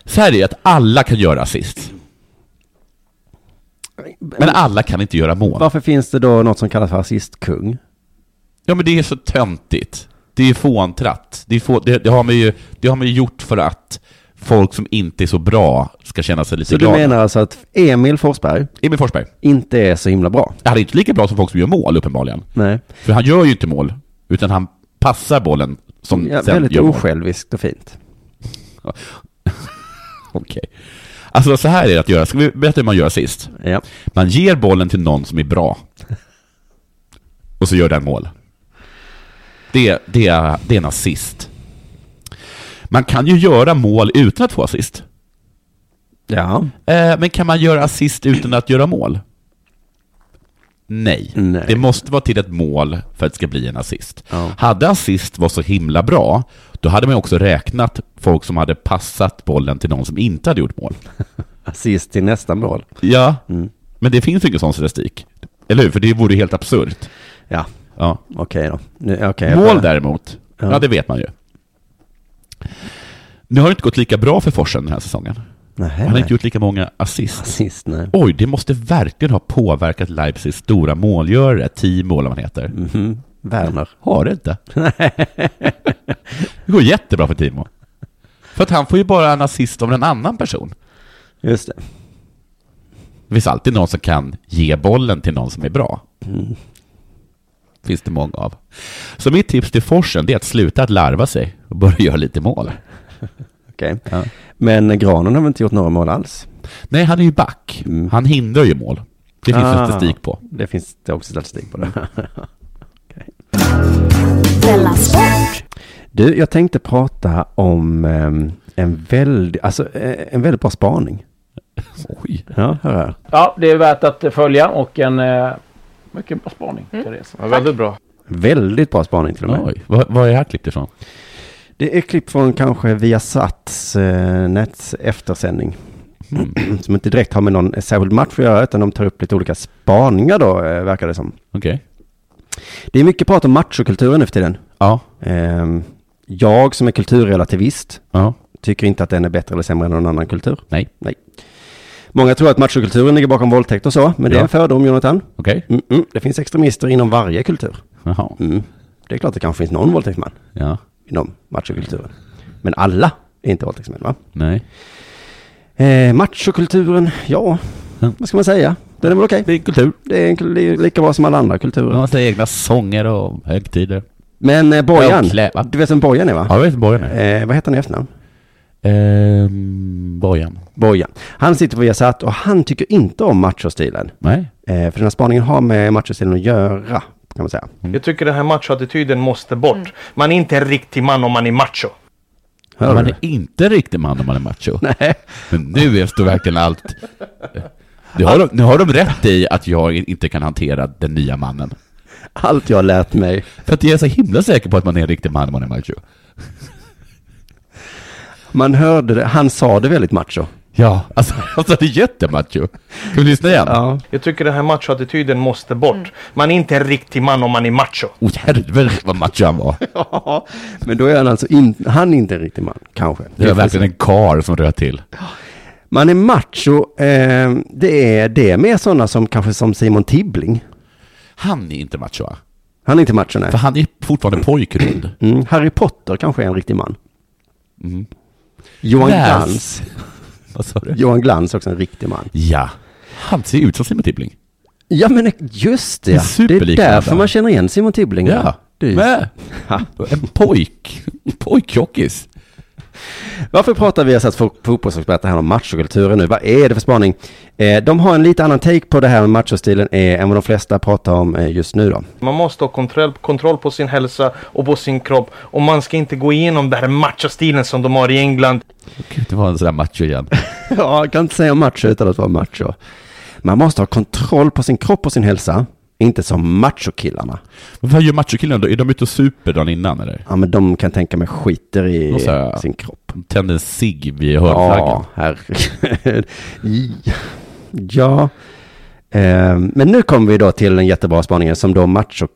Så här är det att alla kan göra assist. Men alla kan inte göra mål. Varför finns det då något som kallas för assistkung? Ja, men det är så töntigt. Det är fåntratt. Det, är få, det, det, har man ju, det har man ju gjort för att folk som inte är så bra ska känna sig lite Så du glada. menar alltså att Emil Forsberg Emil Forsberg. inte är så himla bra? Han är inte lika bra som folk som gör mål, uppenbarligen. Nej. För han gör ju inte mål, utan han passar bollen som Ja, sen väldigt gör mål. osjälviskt och fint. Okej. Alltså så här är det att göra. Ska vi berätta hur man gör assist? Ja. Man ger bollen till någon som är bra. Och så gör den mål. Det, det, är- det är en assist. Man kan ju göra mål utan att få assist. Ja. Eh, men kan man göra assist utan att göra mål? Nej. Nej. Det måste vara till ett mål för att det ska bli en assist. Hade assist var så himla bra, då hade man ju också räknat folk som hade passat bollen till någon som inte hade gjort mål. Assist till nästa mål. Ja, men det finns ju ingen sån statistik. Eller hur? För det vore helt absurt. Ja, Ja. okej då. Nu, okej, jag Mål fattar. däremot, ja. Ja. det vet man ju. Nu har det inte gått lika bra för Forsen den här säsongen. Nähä. Han har inte gjort lika många assist. Assist, nej. Oj, det måste verkligen ha påverkat Leipzigs stora målgörare, Timo eller vad han heter. Mhm. Werner. Har det inte? det går jättebra för Timo. För att han får ju bara en assist om en annan person. Just det. Det finns alltid någon som kan ge bollen till någon som är bra. Mm. Finns det många av. Så mitt tips till Forsen det är att sluta att larva sig och börja göra lite mål. Okej. Ja. Men Granen har väl inte gjort några mål alls? Nej, han är ju back. Han hindrar ju mål. Det finns Mm. Ah. ah. statistik på. Det finns det är också statistik på Mm. det. Du, jag tänkte prata om ehm, en, väldigt, alltså, eh, en väldigt bra spaning. Oj. Ja, hör här. Ja, det är värt att följa och en eh, mycket bra spaning, Therese. väldigt bra. Väldigt bra spaning till och med. Oj. Vad, vad är det här klippt ifrån? Det är klipp från kanske Viasats eh, näts eftersändning. Mm. som inte direkt har med någon särskild match att göra, utan de tar upp lite olika spaningar då, eh, verkar det som. Okej. Det är mycket prat om machokulturen nu för tiden. Ja. Ehm, jag som är kulturrelativist Ja. tycker inte att den är bättre eller sämre än någon annan kultur. Nej. Nej. Många tror att machokulturen ligger bakom våldtäkt och så, men det är Ja. en fördom, Jonathan. Okej. Mm -mm. Det finns extremister inom varje kultur. Jaha. Mm. Det är klart att det kanske finns någon våldtäktsman Ja. inom machokulturen. Men alla är inte våldtäktsmän, va? Nej. Eh, machokulturen, ja, Ja. vad ska man säga? Den är väl okej. Det är kultur. Det är en- det är lika bra som alla andra Man kulturer. har sina egna sånger och högtider. Men eh, Bojan, Ja, klä, va? du vet vem Bojan är va? Ja, jag vet inte Bojan är. Eh, vad heter han i efternamn? Ehm, Bojan. Bojan. Han sitter på Viasat och han tycker inte om machostilen. Nej. Eh, för den här spaningen har med machostilen att göra, kan man säga. Jag tycker den här machoattityden måste bort. Man är inte en riktig man om man är macho. Hör man du? är inte riktig man om man är macho. Nej. Men nu är står verkligen allt... Nu har, de, nu har de rätt i att jag inte kan hantera den nya mannen. Allt jag har lärt mig. För att jag är så himla säker på att man är en riktig man om man är macho. Man hörde det, han sa det väldigt macho. Ja. Alltså, alltså det är jättemacho. Ska vi lyssna igen? Ja. Jag tycker den här machoattityden måste bort. Mm. Man är inte en riktig man om man är macho. Åh herregud vad macho han var. ja. Men då är han alltså in, han är inte en riktig man, kanske. Det var verkligen en kar som röt till. Man är macho, eh, det är det med sådana som kanske som Simon Tibbling. Han är inte macho va? Han är inte macho, nej. För han är fortfarande pojkrund. Mm. Harry Potter kanske är en riktig man. Mm. Johan Läs. Glans. Vad sa du? Johan Glans är också en riktig man. Ja. Han ser ut som Simon Tibbling. Ja, men just Det är det. Det är superlik därför varandra. man känner igen Simon Tibbling. Ja. Du. Men, en pojk. En Pojkjockis. Varför pratar vi alltså att fotbollsexperter här om machokulturen nu? Vad är det för spaning? Eh, de har en lite annan take på det här med machostilen eh, än vad de flesta pratar om eh, just nu då. Man måste ha kontroll, kontroll på sin hälsa och på sin kropp. Och man ska inte gå igenom den här machostilen som de har i England. Gud, det var en sån där macho igen. ja, jag kan inte säga macho utan att vara macho. Man måste ha kontroll på sin kropp och sin hälsa. Inte som machokillarna. Men vad gör machokillarna då? Är de ute och super dagen innan eller? Ja, men de kan tänka mig skiter i De så här- sin kropp. Tänder en cigg vid Ja, hörnflaggan. herregud. ja. Eh, men nu kommer vi då till den jättebra spaningen som då macho,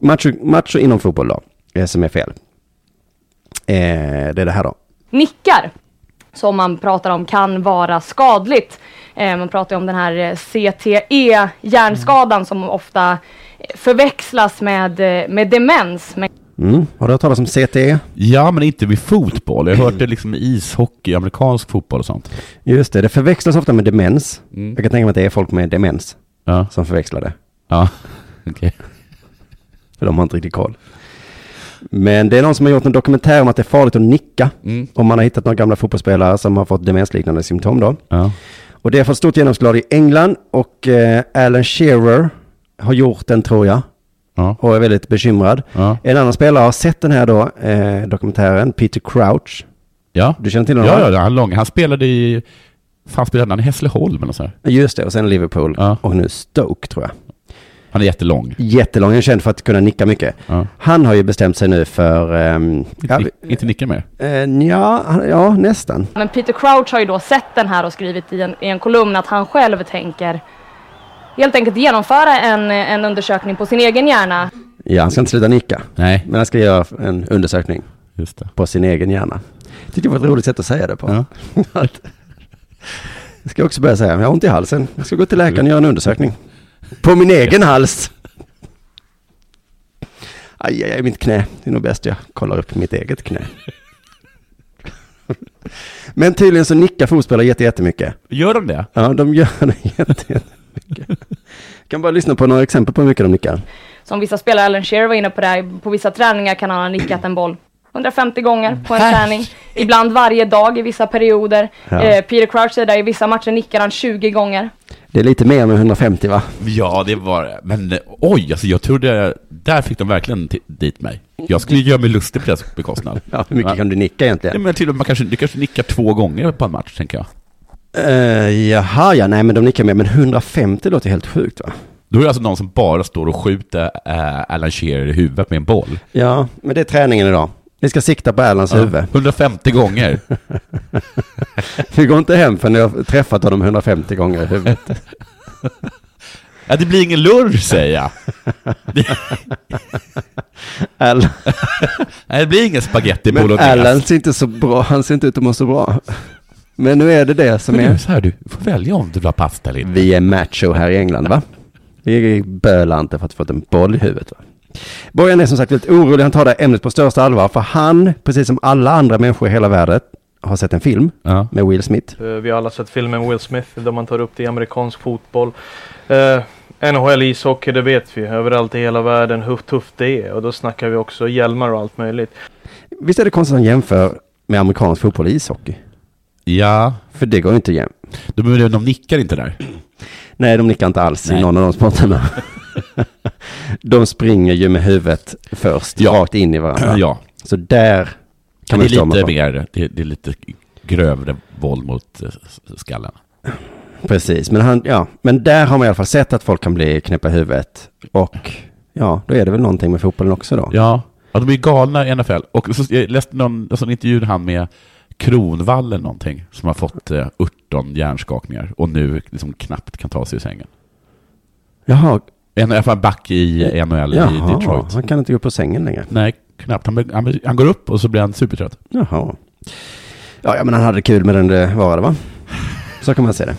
macho, macho inom fotboll då, eh, som är fel. Eh, det är det här då. nickar som man pratar om kan vara skadligt. Eh, man pratar ju om den här eh, CTE, hjärnskadan, som ofta eh, förväxlas med, eh, med demens. Men Mm. Har du hört talas om E? CTE? Ja, men inte vid fotboll. Jag har hört det liksom i ishockey, amerikansk fotboll och sånt. Just det, det förväxlas ofta med demens. Mm. Jag kan tänka mig att det är folk med demens som förväxlar det. Ja, okej. För de har inte riktigt koll. Men det är någon som har gjort en dokumentär om att det är farligt att nicka. Mm. Om man har hittat några gamla fotbollsspelare som har fått demensliknande symptom då. Ja. Och det har fått stort genomslag i England och eh, Alan Shearer har gjort den tror jag. Och är väldigt bekymrad. En annan spelare har sett den här då, eh, dokumentären, Peter Crouch. Ja. Du känner till honom? va? Ja, ja, han är lång. Han spelade i... Fan spelade han i Hässleholm eller något sånt där? Just det, och sen Liverpool och nu Stoke tror jag. Han är jättelång. Jättelång, han är känd för att kunna nicka mycket. Han har ju bestämt sig nu för... ehm, ja, vi- Inte nicka mer? eh, ja, han- ja, nästan. men Peter Crouch har ju då sett den här och skrivit i en, i en kolumn att han själv tänker helt enkelt genomföra en, en undersökning på sin egen hjärna. Ja, han ska inte sluta nicka. Nej. Men han ska göra en undersökning Just det. på sin egen hjärna. Tyckte det var ett roligt sätt att säga det på. Att- jag ska också börja säga, jag har ont i halsen. Jag ska gå till läkaren och göra en undersökning. På min egen hals! Aj, aj, aj, mitt knä. Det är nog bäst jag kollar upp mitt eget knä. Men tydligen så nickar fotbollsspelare jätte- jättemycket. Gör de det? Ja, de gör det jätte- jättemycket. Jag kan bara lyssna på några exempel på hur mycket de nickar. Som vissa spelare, Alan Shearer var inne på det här, på vissa träningar kan han ha nickat en boll 150 gånger på en träning. Ibland varje dag i vissa perioder. Ja. Eh, Peter Crouch säger där i vissa matcher nickar han 20 gånger. Det är lite mer än 150 va? Ja, det var det. Men eh, oj, alltså jag trodde... Där fick de verkligen ti- dit mig. Jag skulle göra mig lustig på deras bekostnad. Ja, hur mycket kan du nicka egentligen? men till och med, man kanske, du kanske nickar två gånger på en match, tänker jag. Eh, jaha, ja, nej men de nickar mer. Men 150 låter helt sjukt va? Då är det alltså någon som bara står och skjuter eh, Alan Shearer i huvudet med en boll. Ja, men det är träningen idag. Vi ska sikta på Erlands Ja, huvud. 150 gånger. Vi går inte hem förrän jag har träffat honom 150 gånger i huvudet. Ja, det blir ingen lurr, säger jag. Erland. Nej, det blir ingen spaghetti Men bolognese. Erland ser inte så bra, han ser inte ut att må så bra. Men nu är det det som Men är... du, så här, du får välja om du vill ha pasta eller inte. Vi är macho här i England va? Vi bölar inte för att få en boll i huvudet va? Borgen är som sagt väldigt orolig, han tar det här ämnet på största allvar. För han, precis som alla andra människor i hela världen, har sett en film med Will Smith. Eh, Vi har alla sett filmen Will Smith där man tar upp det i amerikansk fotboll. Eh, NHL ishockey, det vet vi överallt i hela världen hur tufft det är. Och då snackar vi också hjälmar och allt möjligt. Visst är det konstigt att han jämför med amerikansk fotboll och ishockey? Ja. För det går ju inte jämt. De, de nickar inte där. Nej, de nickar inte alls i Nej. någon av de sporterna. de springer ju med huvudet först, rakt in i varandra. Ja. Så där Det kan är man förstå om man lite får- mer, det, det är lite grövre våld mot eh, s- skallen. Precis, men, han, ja. men där har man i alla fall sett att folk kan bli knäppa i huvudet. Och ja, då är det väl någonting med fotbollen också då. Ja, ja de är ju galna i NFL. Och så, jag läste någon, alltså en intervju han med Kronvall eller någonting, som har fått eh, 18 hjärnskakningar och nu liksom knappt kan ta sig ur sängen. Jaha, En, I alla fall back i NHL i Jaha, Detroit. han kan inte gå upp på sängen längre. Nej, knappt. Han, blir- han, blir- han går upp och så blir han supertrött. Jaha. Ja, ja, men han hade kul med den det varade va? Så kan man se det.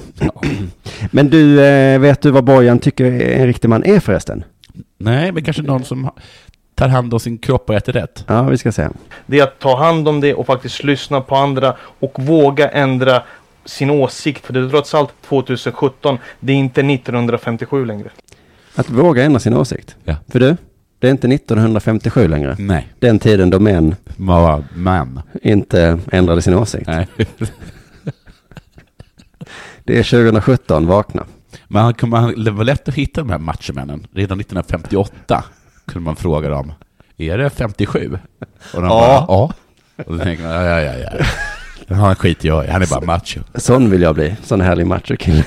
Men du, eh, vet du vad Bojan tycker en riktig man är förresten? Nej, men kanske någon som tar hand om sin kropp och äter rätt. Ja, vi ska se. Det är att ta hand om det och faktiskt lyssna på andra och våga ändra sin åsikt. För det är trots allt 2017. Det är inte 1957 längre. Att våga ändra sin åsikt. För du, det är inte 1957 längre. Nej. Den tiden då män var män. Inte ändrade sin åsikt. Nej. det är 2017, vakna. Men han, kunde- han, det var lätt att hitta de här machomännen. Redan 1958 kunde man fråga dem. Är det 57? Och de Ja. bara ja. Och då tänker man ja, ja, ja. ja. Den har han skit jag i. Han är bara macho. Sån vill jag bli. Sån härlig machokille.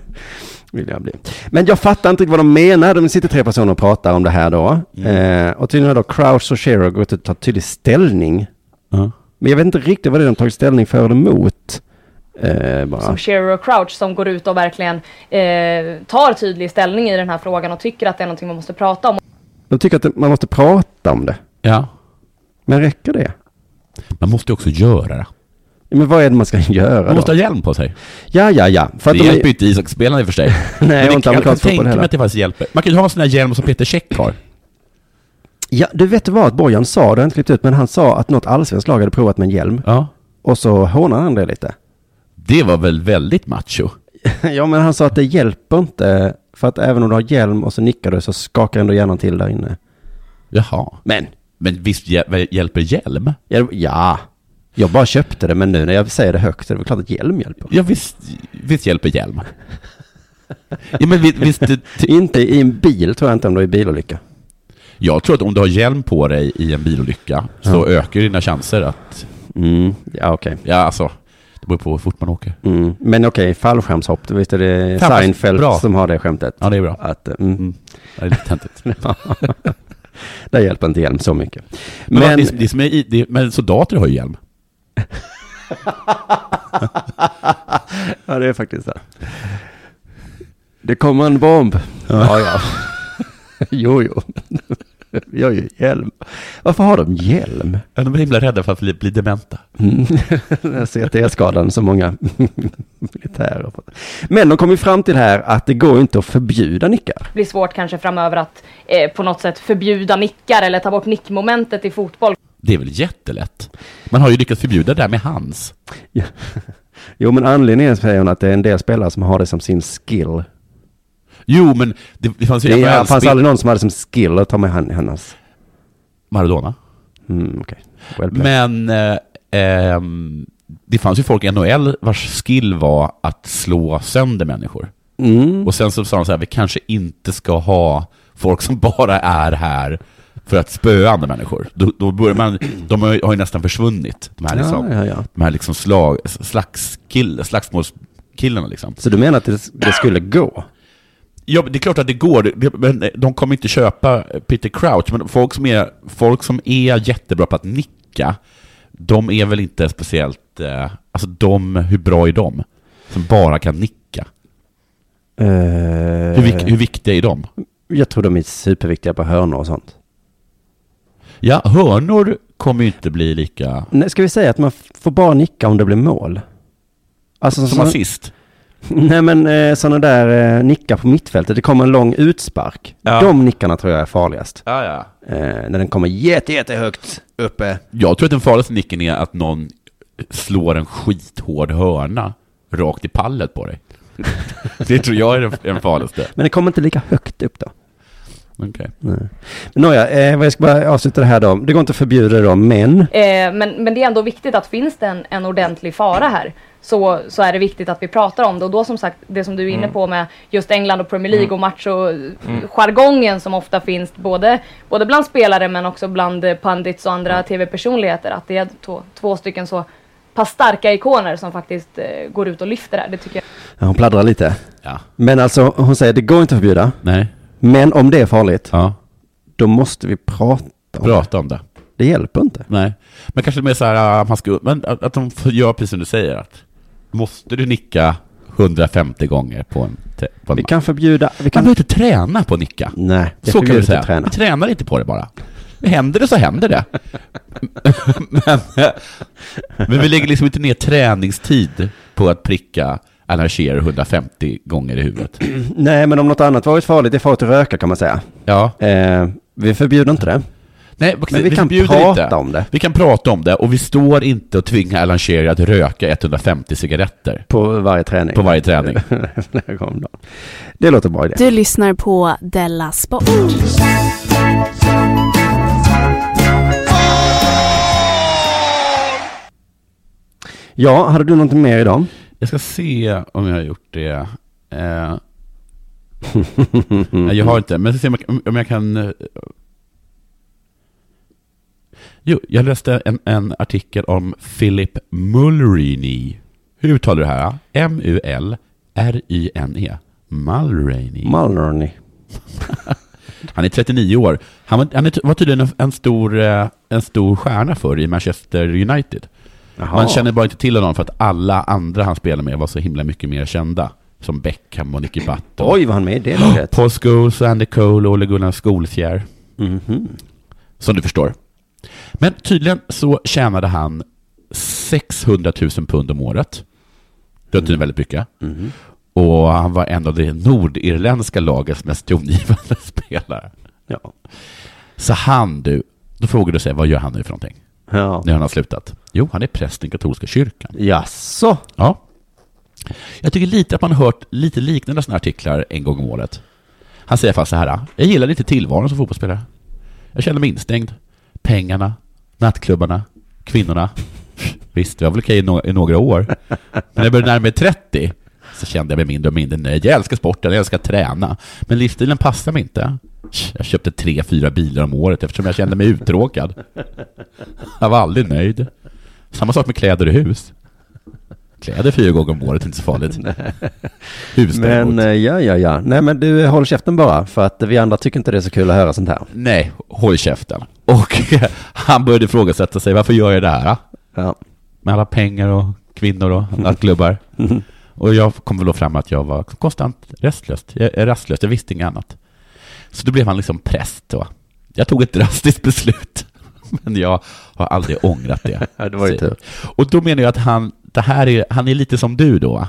vill jag bli. Men jag fattar inte riktigt vad de menar. De sitter tre personer och pratar om det här då. Mm. Eh, och tydligen har då Crouch och Shearer gått ut och tagit tydlig ställning. Men jag vet inte riktigt vad det är de tagit ställning för eller emot. Eh, bara. som Shearer och Crouch som går ut och verkligen eh, tar tydlig ställning i den här frågan och tycker att det är någonting man måste prata om. De tycker att det- man måste prata om det. Ja. Men räcker det? Man måste också göra det. Men vad är det man ska göra Man måste då? ha hjälm på sig. Ja, ja, ja. För att det de är- hjälper ju inte ishockeyspelarna i och för sig. Men Nej, och det- inte jag kan amerikansk tänka fotboll mig heller. att det faktiskt hjälper. Man kan ju ha en sån här hjälm som Peter Käck har. Ja, du vet vad Borjan sa, det har jag inte klippt ut, men han sa att något allsvenskt lag hade provat med en hjälm. Och så hånade han det lite. Det var väl väldigt macho? ja, men han sa att det hjälper inte, för att även om du har hjälm och så nickar du så skakar ändå hjärnan till där inne. Jaha. Men. Men visst hjäl- hjälper hjälm? Ja, ja, jag bara köpte det, men nu när jag säger det högt så är det väl klart att hjälm hjälper. Ja, visst, visst hjälper hjälm. ja, men visst, inte i en bil tror jag inte om du är i bilolycka. Jag tror att om du har hjälm på dig i en bilolycka så Ja. ökar dina chanser att... Mm, ja okej. Ja, alltså. Det beror på hur fort man åker. Mm. Men okej, fallskärmshopp, visst är det Fallskärms- Seinfeld bra. som har det skämtet? Ja, det är bra. Att, eh, mm. Det är lite töntigt. Där hjälper inte hjälm så mycket. Men, Men- men, det, det som är, i- det, men soldater har ju hjälm. ja, det är faktiskt det. Det kommer en bomb. Ja, ja. jo, jo. Vi har ju hjälm. Varför har de hjälm? Ja, De är himla rädda för att bli, bli dementa. Mm. Den här CTE-skadan som många militärer har fått. Men de kom ju fram till här att det går inte att förbjuda nickar. Det blir svårt kanske framöver att eh, på något sätt förbjuda nickar eller ta bort nickmomentet i fotboll. Det är väl jättelätt? Man har ju lyckats förbjuda det där med hands. Jo, men anledningen säger hon att det är en del spelare som har det som sin skill. Jo, men det, det fanns ju Det NHL är, fanns spel- aldrig någon som hade som skill att ta med hand i hennes. Maradona. Mm, okej. Well played. Men eh, ehm, det fanns ju folk i NHL vars skill var att slå sönder människor. Mm. Och sen så sa de så här, vi kanske inte ska ha folk som bara är här för att spöa andra människor. Då, då börjar man, de har ju, har ju nästan försvunnit, de här, Ja, liksom, ja, ja. De här liksom slag, slagskill, slagsmålskillarna. Liksom. Så du menar att det, det skulle gå? Ja, men det är klart att det går, Det- det- men eh, de kommer inte köpa eh, Peter Crouch, men folk som är, folk som är jättebra på att nicka, de är väl inte speciellt, eh, alltså de, hur bra är de? Som bara kan nicka. Hur, vik, hur viktiga är de? Jag tror de är superviktiga på hörnor och sånt. Ja, hörnor kommer ju inte bli lika... Nej, ska vi säga att man f- får bara nicka om det blir mål? Alltså, Som såna- assist? Nej, men eh, sådana där eh, nickar på mittfältet. Det kommer en lång utspark. Ja. De nickarna tror jag är farligast. Ja, ja. Eh, när den kommer jätte, jättehögt uppe. Jag tror att den farligaste nicken är att någon slår en skithård hörna rakt i pallet på dig. Det tror jag är den- den farligaste. Men det kommer inte lika högt upp då. Okej. Nej. Men nåja, eh, vad jag ska bara avsluta det här då. Det går inte att förbjuda det då, men... Eh, men, men det är ändå viktigt att finns det en, en ordentlig fara här så, så är det viktigt att vi pratar om det. Och då som sagt, det som du är inne Mm. på med just England och Premier Mm. League och match och jargongen som ofta finns både, både bland spelare men också bland eh, pundits och andra tv-personligheter. Att det är två, två stycken så pass starka ikoner som faktiskt eh, går ut och lyfter det här. Det tycker jag. Ja, hon pladdrar lite. Ja. Men alltså, hon säger det går inte att förbjuda. Nej. Men om det är farligt, då måste vi prata om Prata om det. Det hjälper inte. Nej. Men kanske mer så här, äh, man ska, men att, att de får göra precis som du säger. Att, måste du nicka 150 gånger på en, te- på en Vi kan förbjuda... Vi kan... Man behöver inte träna på att nicka. Nej, det Så kan förbjuder vi inte säga. att träna. Vi tränar inte på det bara. Händer det så händer det. men, men vi lägger liksom inte ner träningstid på att pricka Alan Shearer 150 gånger i huvudet. Nej, men om något annat varit farligt, det är farligt att röka kan man säga. Ja. Eh, vi förbjuder inte det. Nej, Men vi kan förbjuder prata om det. Vi kan prata om det och vi står inte och tvingar Alan Shearer att röka 150 cigaretter. På varje träning. På varje träning. Flera gånger om dagen. Det låter bra idé. Du lyssnar på Della Sport. Ja, hade du något mer idag? Jag ska se om jag har gjort det. Eh, nej, jag har inte, men jag ska se om jag, om jag kan... eh, Jo, jag läste en, en artikel om Philip Mulriny. Hur uttalar du det här? M-U-L-R-Y-N-E. Mulriny. Mulroney. Han är 39 år. Han var, han är, var tydligen en- en stor, eh, en stor stjärna förr i Manchester United. Man känner bara inte till honom för att alla andra han spelade med var så himla mycket mer kända. Som Beckham och Nicky Butt. Oj, var han med i det laget? Paul Scholes, Andy Cole och Ole Gunnar Skolfjär. Mhm. Som du förstår. Men tydligen så tjänade han 600 000 pund om året. Det var tydligen väldigt mycket. Mhm. Och han var en av det nordirländska lagets mest tongivande spelare. Ja. Så han du, då frågar du sig, vad gör han nu för någonting? Ja. När han har slutat? Jo, han är präst i den katolska kyrkan. Jaså? Ja. Jag tycker lite att man har hört lite liknande sådana artiklar en gång om året. Han säger fast så här, jag gillar inte tillvaron som fotbollsspelare. Jag känner mig instängd. Pengarna, nattklubbarna, kvinnorna. Visst, jag var väl okej i nå- i några år. Men när jag började närma mig 30 så kände jag mig mindre och mindre nöjd. Jag älskar sporten, jag älskar att träna. Men livsstilen passar mig inte. Jag köpte tre, fyra bilar om året eftersom jag kände mig uttråkad. Jag var aldrig nöjd. Samma sak med kläder och hus. Kläder fyra gånger om året är inte så farligt. Hus däremot. Men eh, ja, ja, ja. Nej, men du eh, håll käften bara, för att vi andra tycker inte det är så kul att höra sånt här. Nej, håll käften. Och han började ifrågasätta sig, varför gör jag det här? Med alla pengar och kvinnor och nattklubbar. och jag kom väl då fram att jag var konstant rastlös. Jag, är rastlös, jag visste inget annat. Så då blev han liksom präst då. Jag tog ett drastiskt beslut, men jag har aldrig ångrat det. det var ju tur. Och då menar jag att han, det här är, han är lite som du då, va?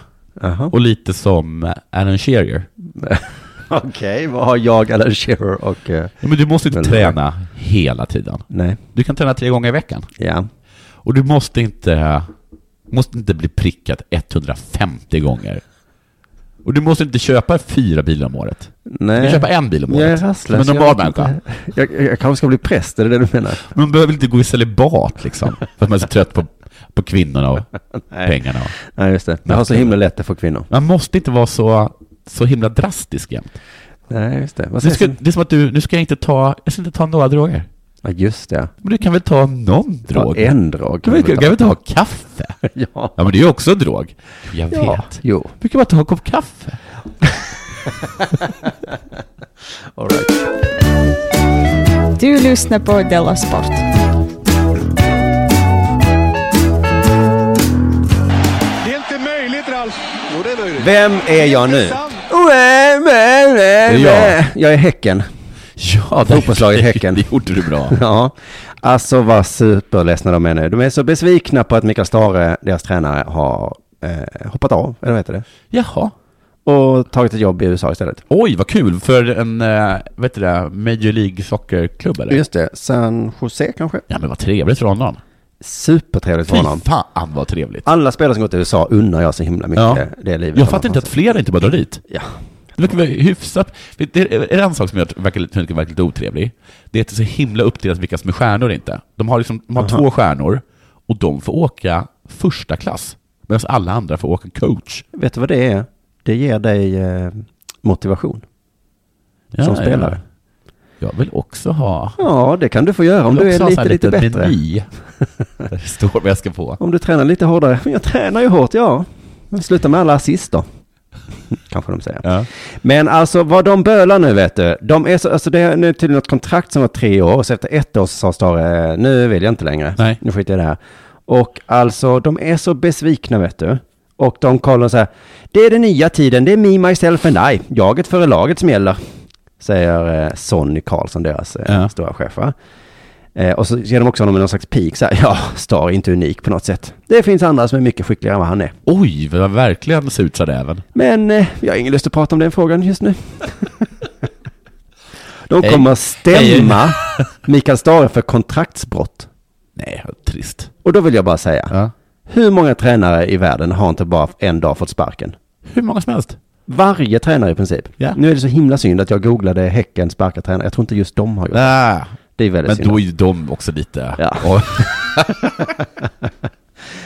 och lite som Alan Shearer. Okej, vad har jag, Alan Shearer och... eh, Ja, men du måste inte Men- träna hela tiden. Nej. Du kan träna tre gånger i veckan. Ja. Och du måste inte, måste inte bli prickad 150 gånger. Och du måste inte köpa fyra bilar om året. Du Nej. kan köpa en bil om året. Jag är rastlös. Som en normal Jag vet människa. inte. Jag, jag, jag kanske ska bli präst, är det det du menar? Man behöver inte gå i celibat liksom. För att man är så trött på, på kvinnorna och pengarna. Och. Nej, just det. Jag har så himla lätt att få kvinnor. Man måste inte vara så, så himla drastisk jämt. Nej, just det. Vad Nu sägs ska, om- det är som att du, nu ska jag inte ta, jag ska inte ta några droger. Ja, just det. Men du kan väl ta någon Ta drog? en drog. Du kan väl ta kaffe? ja. ja, men det är ju också en drog. Jag Ja, vet. Jo. Du kan bara ta en kopp kaffe. All right. Du lyssnar på Della Sport. Det är inte möjligt, Ralf. Jo, det är möjligt. Vem är jag nu? är jag. Jag är Häcken. Ja, Fotbollslaget Häcken. Det gjorde du bra. Ja, alltså vad superledsna de är nu. De är så besvikna på att Mikael Stare, deras tränare, har eh, hoppat av, eller vad heter det? Jaha. Och tagit ett jobb i USA istället. Oj, vad kul för en, eh, vet du det, Major League Soccer-klubb eller? Just det, San Jose kanske? Ja, men vad trevligt för honom. Supertrevligt för Fy honom. fan vad trevligt. Alla spelare som gått till USA unnar jag så himla mycket Ja. det livet. Jag fattar inte att fler inte bara drar dit. Ja. Det verkar vara hyfsat. Det är är en sak som jag verkar lite- tycker verkar lite otrevlig. Det är att det är så himla uppdelat vilka som är stjärnor och inte. De har, liksom, de har Aha. två stjärnor och de får åka första klass. Medan alla andra får åka coach. Vet du vad det är? Det ger dig eh, motivation Ja, som ja. spelare. Jag vill också ha... Ja, det kan du få göra om Jag du vill är också ha lite, en lite liten bättre. meny. Där det står vad jag ska få. Om du tränar lite hårdare. Men jag tränar ju hårt, ja. Men Sluta med alla assist då. Kanske de säger. Men alltså vad de bölar nu vet du. De är så, alltså det är nu tydligen ett kontrakt som var tre år. Så efter ett år så sa Stare, eh, nu vill jag inte längre. Nej. Nu skiter jag i det här. Och alltså de är så besvikna vet du. Och de kollar så här. Det är den nya tiden, det är me, myself and I. Jaget före laget som gäller. Säger eh, Sonny Karlsson, deras eh, stora chef. Va? Eh, och så ger de också honom någon slags pik så här, ja, Star är inte unik på något sätt. Det finns andra som är mycket skickligare än vad han är. Oj, vad verkligen sutsade även. Men eh, jag har ingen lust att prata om den frågan just nu. de Hej. kommer att stämma Hej. Mikael Stare för kontraktsbrott. Nej, trist. Och då vill jag bara säga, hur många tränare i världen har inte bara en dag fått sparken? Hur många som helst. Varje tränare i princip. Nu är det så himla synd att jag googlade Häcken sparkar tränare. Jag tror inte just de har gjort det. Det är väldigt Ah. Men synd. då är ju de också lite... Ja.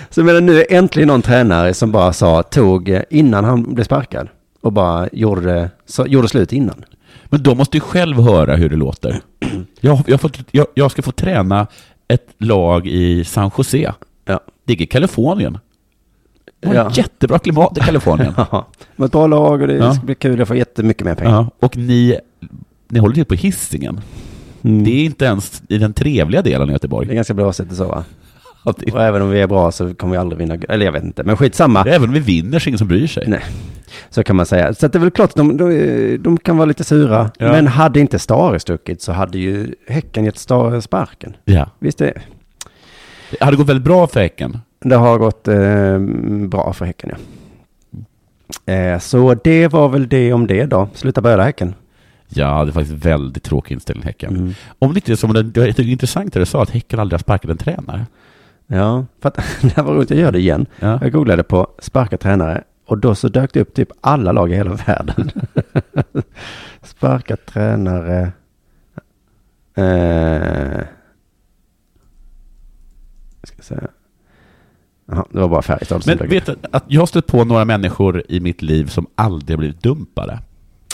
så medan nu är äntligen någon tränare som bara sa, tog eh, innan han blev sparkad och bara gjorde, så, gjorde slut innan. Men de måste ju själv höra hur det låter. Jag, jag, får, jag, jag ska få träna ett lag i San Jose. Det ligger i Kalifornien. De har Ja. jättebra klimat i Kalifornien. ja. Det var ett bra lag och det Ja. ska bli kul att få jättemycket mer pengar. Ja, och ni, ni håller till på hissingen. Mm. Det är inte ens i den trevliga delen i Göteborg. Det är ganska bra sätt att sova. Och även om vi är bra så kommer vi aldrig vinna, eller jag vet inte, men skitsamma. Även om vi vinner så är ingen som bryr sig. Nej, så kan man säga. Så att det är väl klart, de, de, de kan vara lite sura. Ja. Men hade inte Stare stuckit så hade ju Häcken gett Stare sparken. Ja. Visst det? Det hade gått väldigt bra för Häcken. Det har gått eh, bra för Häcken, ja. Eh, så det var väl det om det då. Sluta böla Häcken. Ja, det är faktiskt väldigt tråkig inställning, Häcken. Om det inte är som den, det var intressant det du sa, att Häcken aldrig har sparkat en tränare. Ja, för att det här var roligt, jag gör det igen. Jag googlade på sparka tränare och då så dök det upp typ alla lag i hela världen. sparka tränare. Eh, ska jag säga. Jaha, det var bara Färjestad som Men dök upp. vet du, att jag har stött på några människor i mitt liv som aldrig har blivit dumpade.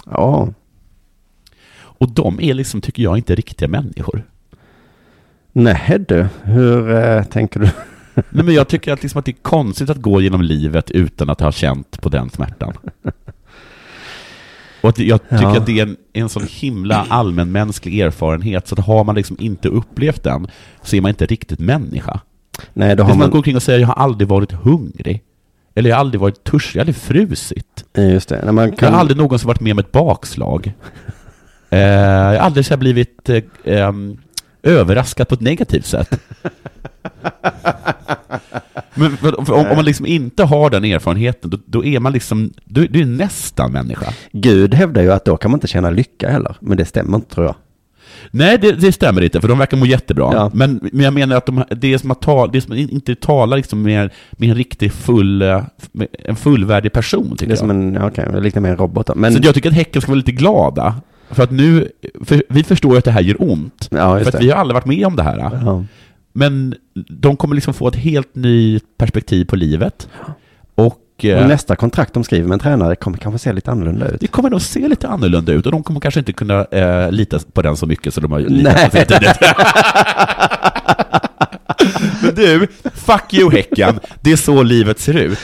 Ja. Och de är liksom, tycker jag, inte riktiga människor. Nej du, hur eh, tänker du? Nej, men jag tycker att, liksom att det är konstigt att gå genom livet utan att ha känt på den smärtan. Och att jag tycker Ja. att det är en, en sån himla allmänmänsklig erfarenhet, så att har man liksom inte upplevt den så är man inte riktigt människa. Nej, det då är har som man... att gå omkring och säga jag har aldrig varit hungrig. Eller jag har aldrig varit törstig, jag har aldrig frusit. Ja, Just det. När man Jag kan... har aldrig någonsin varit med om ett bakslag. Eh, jag har aldrig så här blivit eh, ehm, överraskad på ett negativt sätt. Men för, för, om, om man liksom inte har den erfarenheten, då, då är man liksom, du, du är nästan människa. Gud hävdar ju att då kan man inte känna lycka heller, men det stämmer inte tror jag. Nej, det, det stämmer inte, för de verkar må jättebra. Men, men jag menar att de, det är som att, ta, det är som att inte tala liksom med, med en riktig full, eh, med en fullvärdig person, tycker Det är jag. som en, ja, okej, det liknar mer en robot då. Men Så jag tycker att Häcken ska vara lite glada. För att nu, för vi förstår ju att det här gör ont. just för att det. vi har aldrig varit med om det här. Men de kommer liksom få ett helt nytt perspektiv på livet. Och, och eh, nästa kontrakt de skriver med en tränare kommer kanske se lite annorlunda ut. det kommer nog se lite annorlunda ut och de kommer kanske inte kunna eh, lita på den så mycket som de har litat Nej. på sen tidigt. Men du, fuck you Häcken, det är så livet ser ut.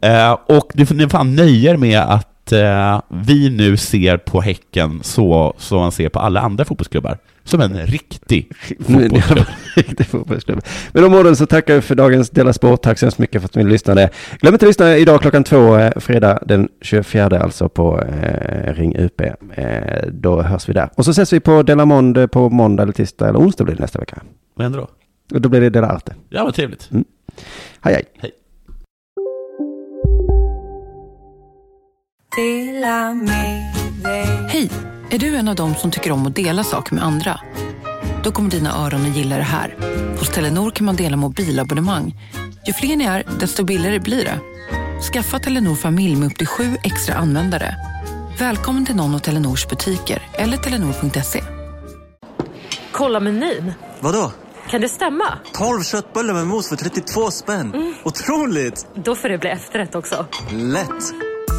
Eh, och du får ni får fan nöja er med att eh, vi nu ser på Häcken så som man ser på alla andra fotbollsklubbar, som en riktig fotbollsklubb. Riktig fotbollsklubb. Med de orden så tackar vi för dagens Dela Sport. Tack så hemskt mycket för att ni lyssnade. Glöm inte att lyssna idag klockan två, eh, fredag den 24, alltså på eh, Ring UP. Eh, då hörs vi där. Och så ses vi på Dela Monde på måndag eller tisdag eller onsdag blir det nästa vecka. Vad händer då? Och då blir det Dela Arte. Ja, vad trevligt. Mm. Hej, hej. Hej! Är du en av dem som tycker om att dela saker med andra? Då kommer dina öron att gilla det här. Hos Telenor kan man dela mobilabonnemang. Ju fler ni är, desto billigare blir det. Skaffa Telenor familj med upp till sju extra användare. Välkommen till någon av Telenors butiker eller telenor.se. Kolla menyn. Vadå? Kan det stämma? 12 köttbullar med mos för 32 spänn. Mm. Otroligt! Då får det bli efterrätt också. Lätt!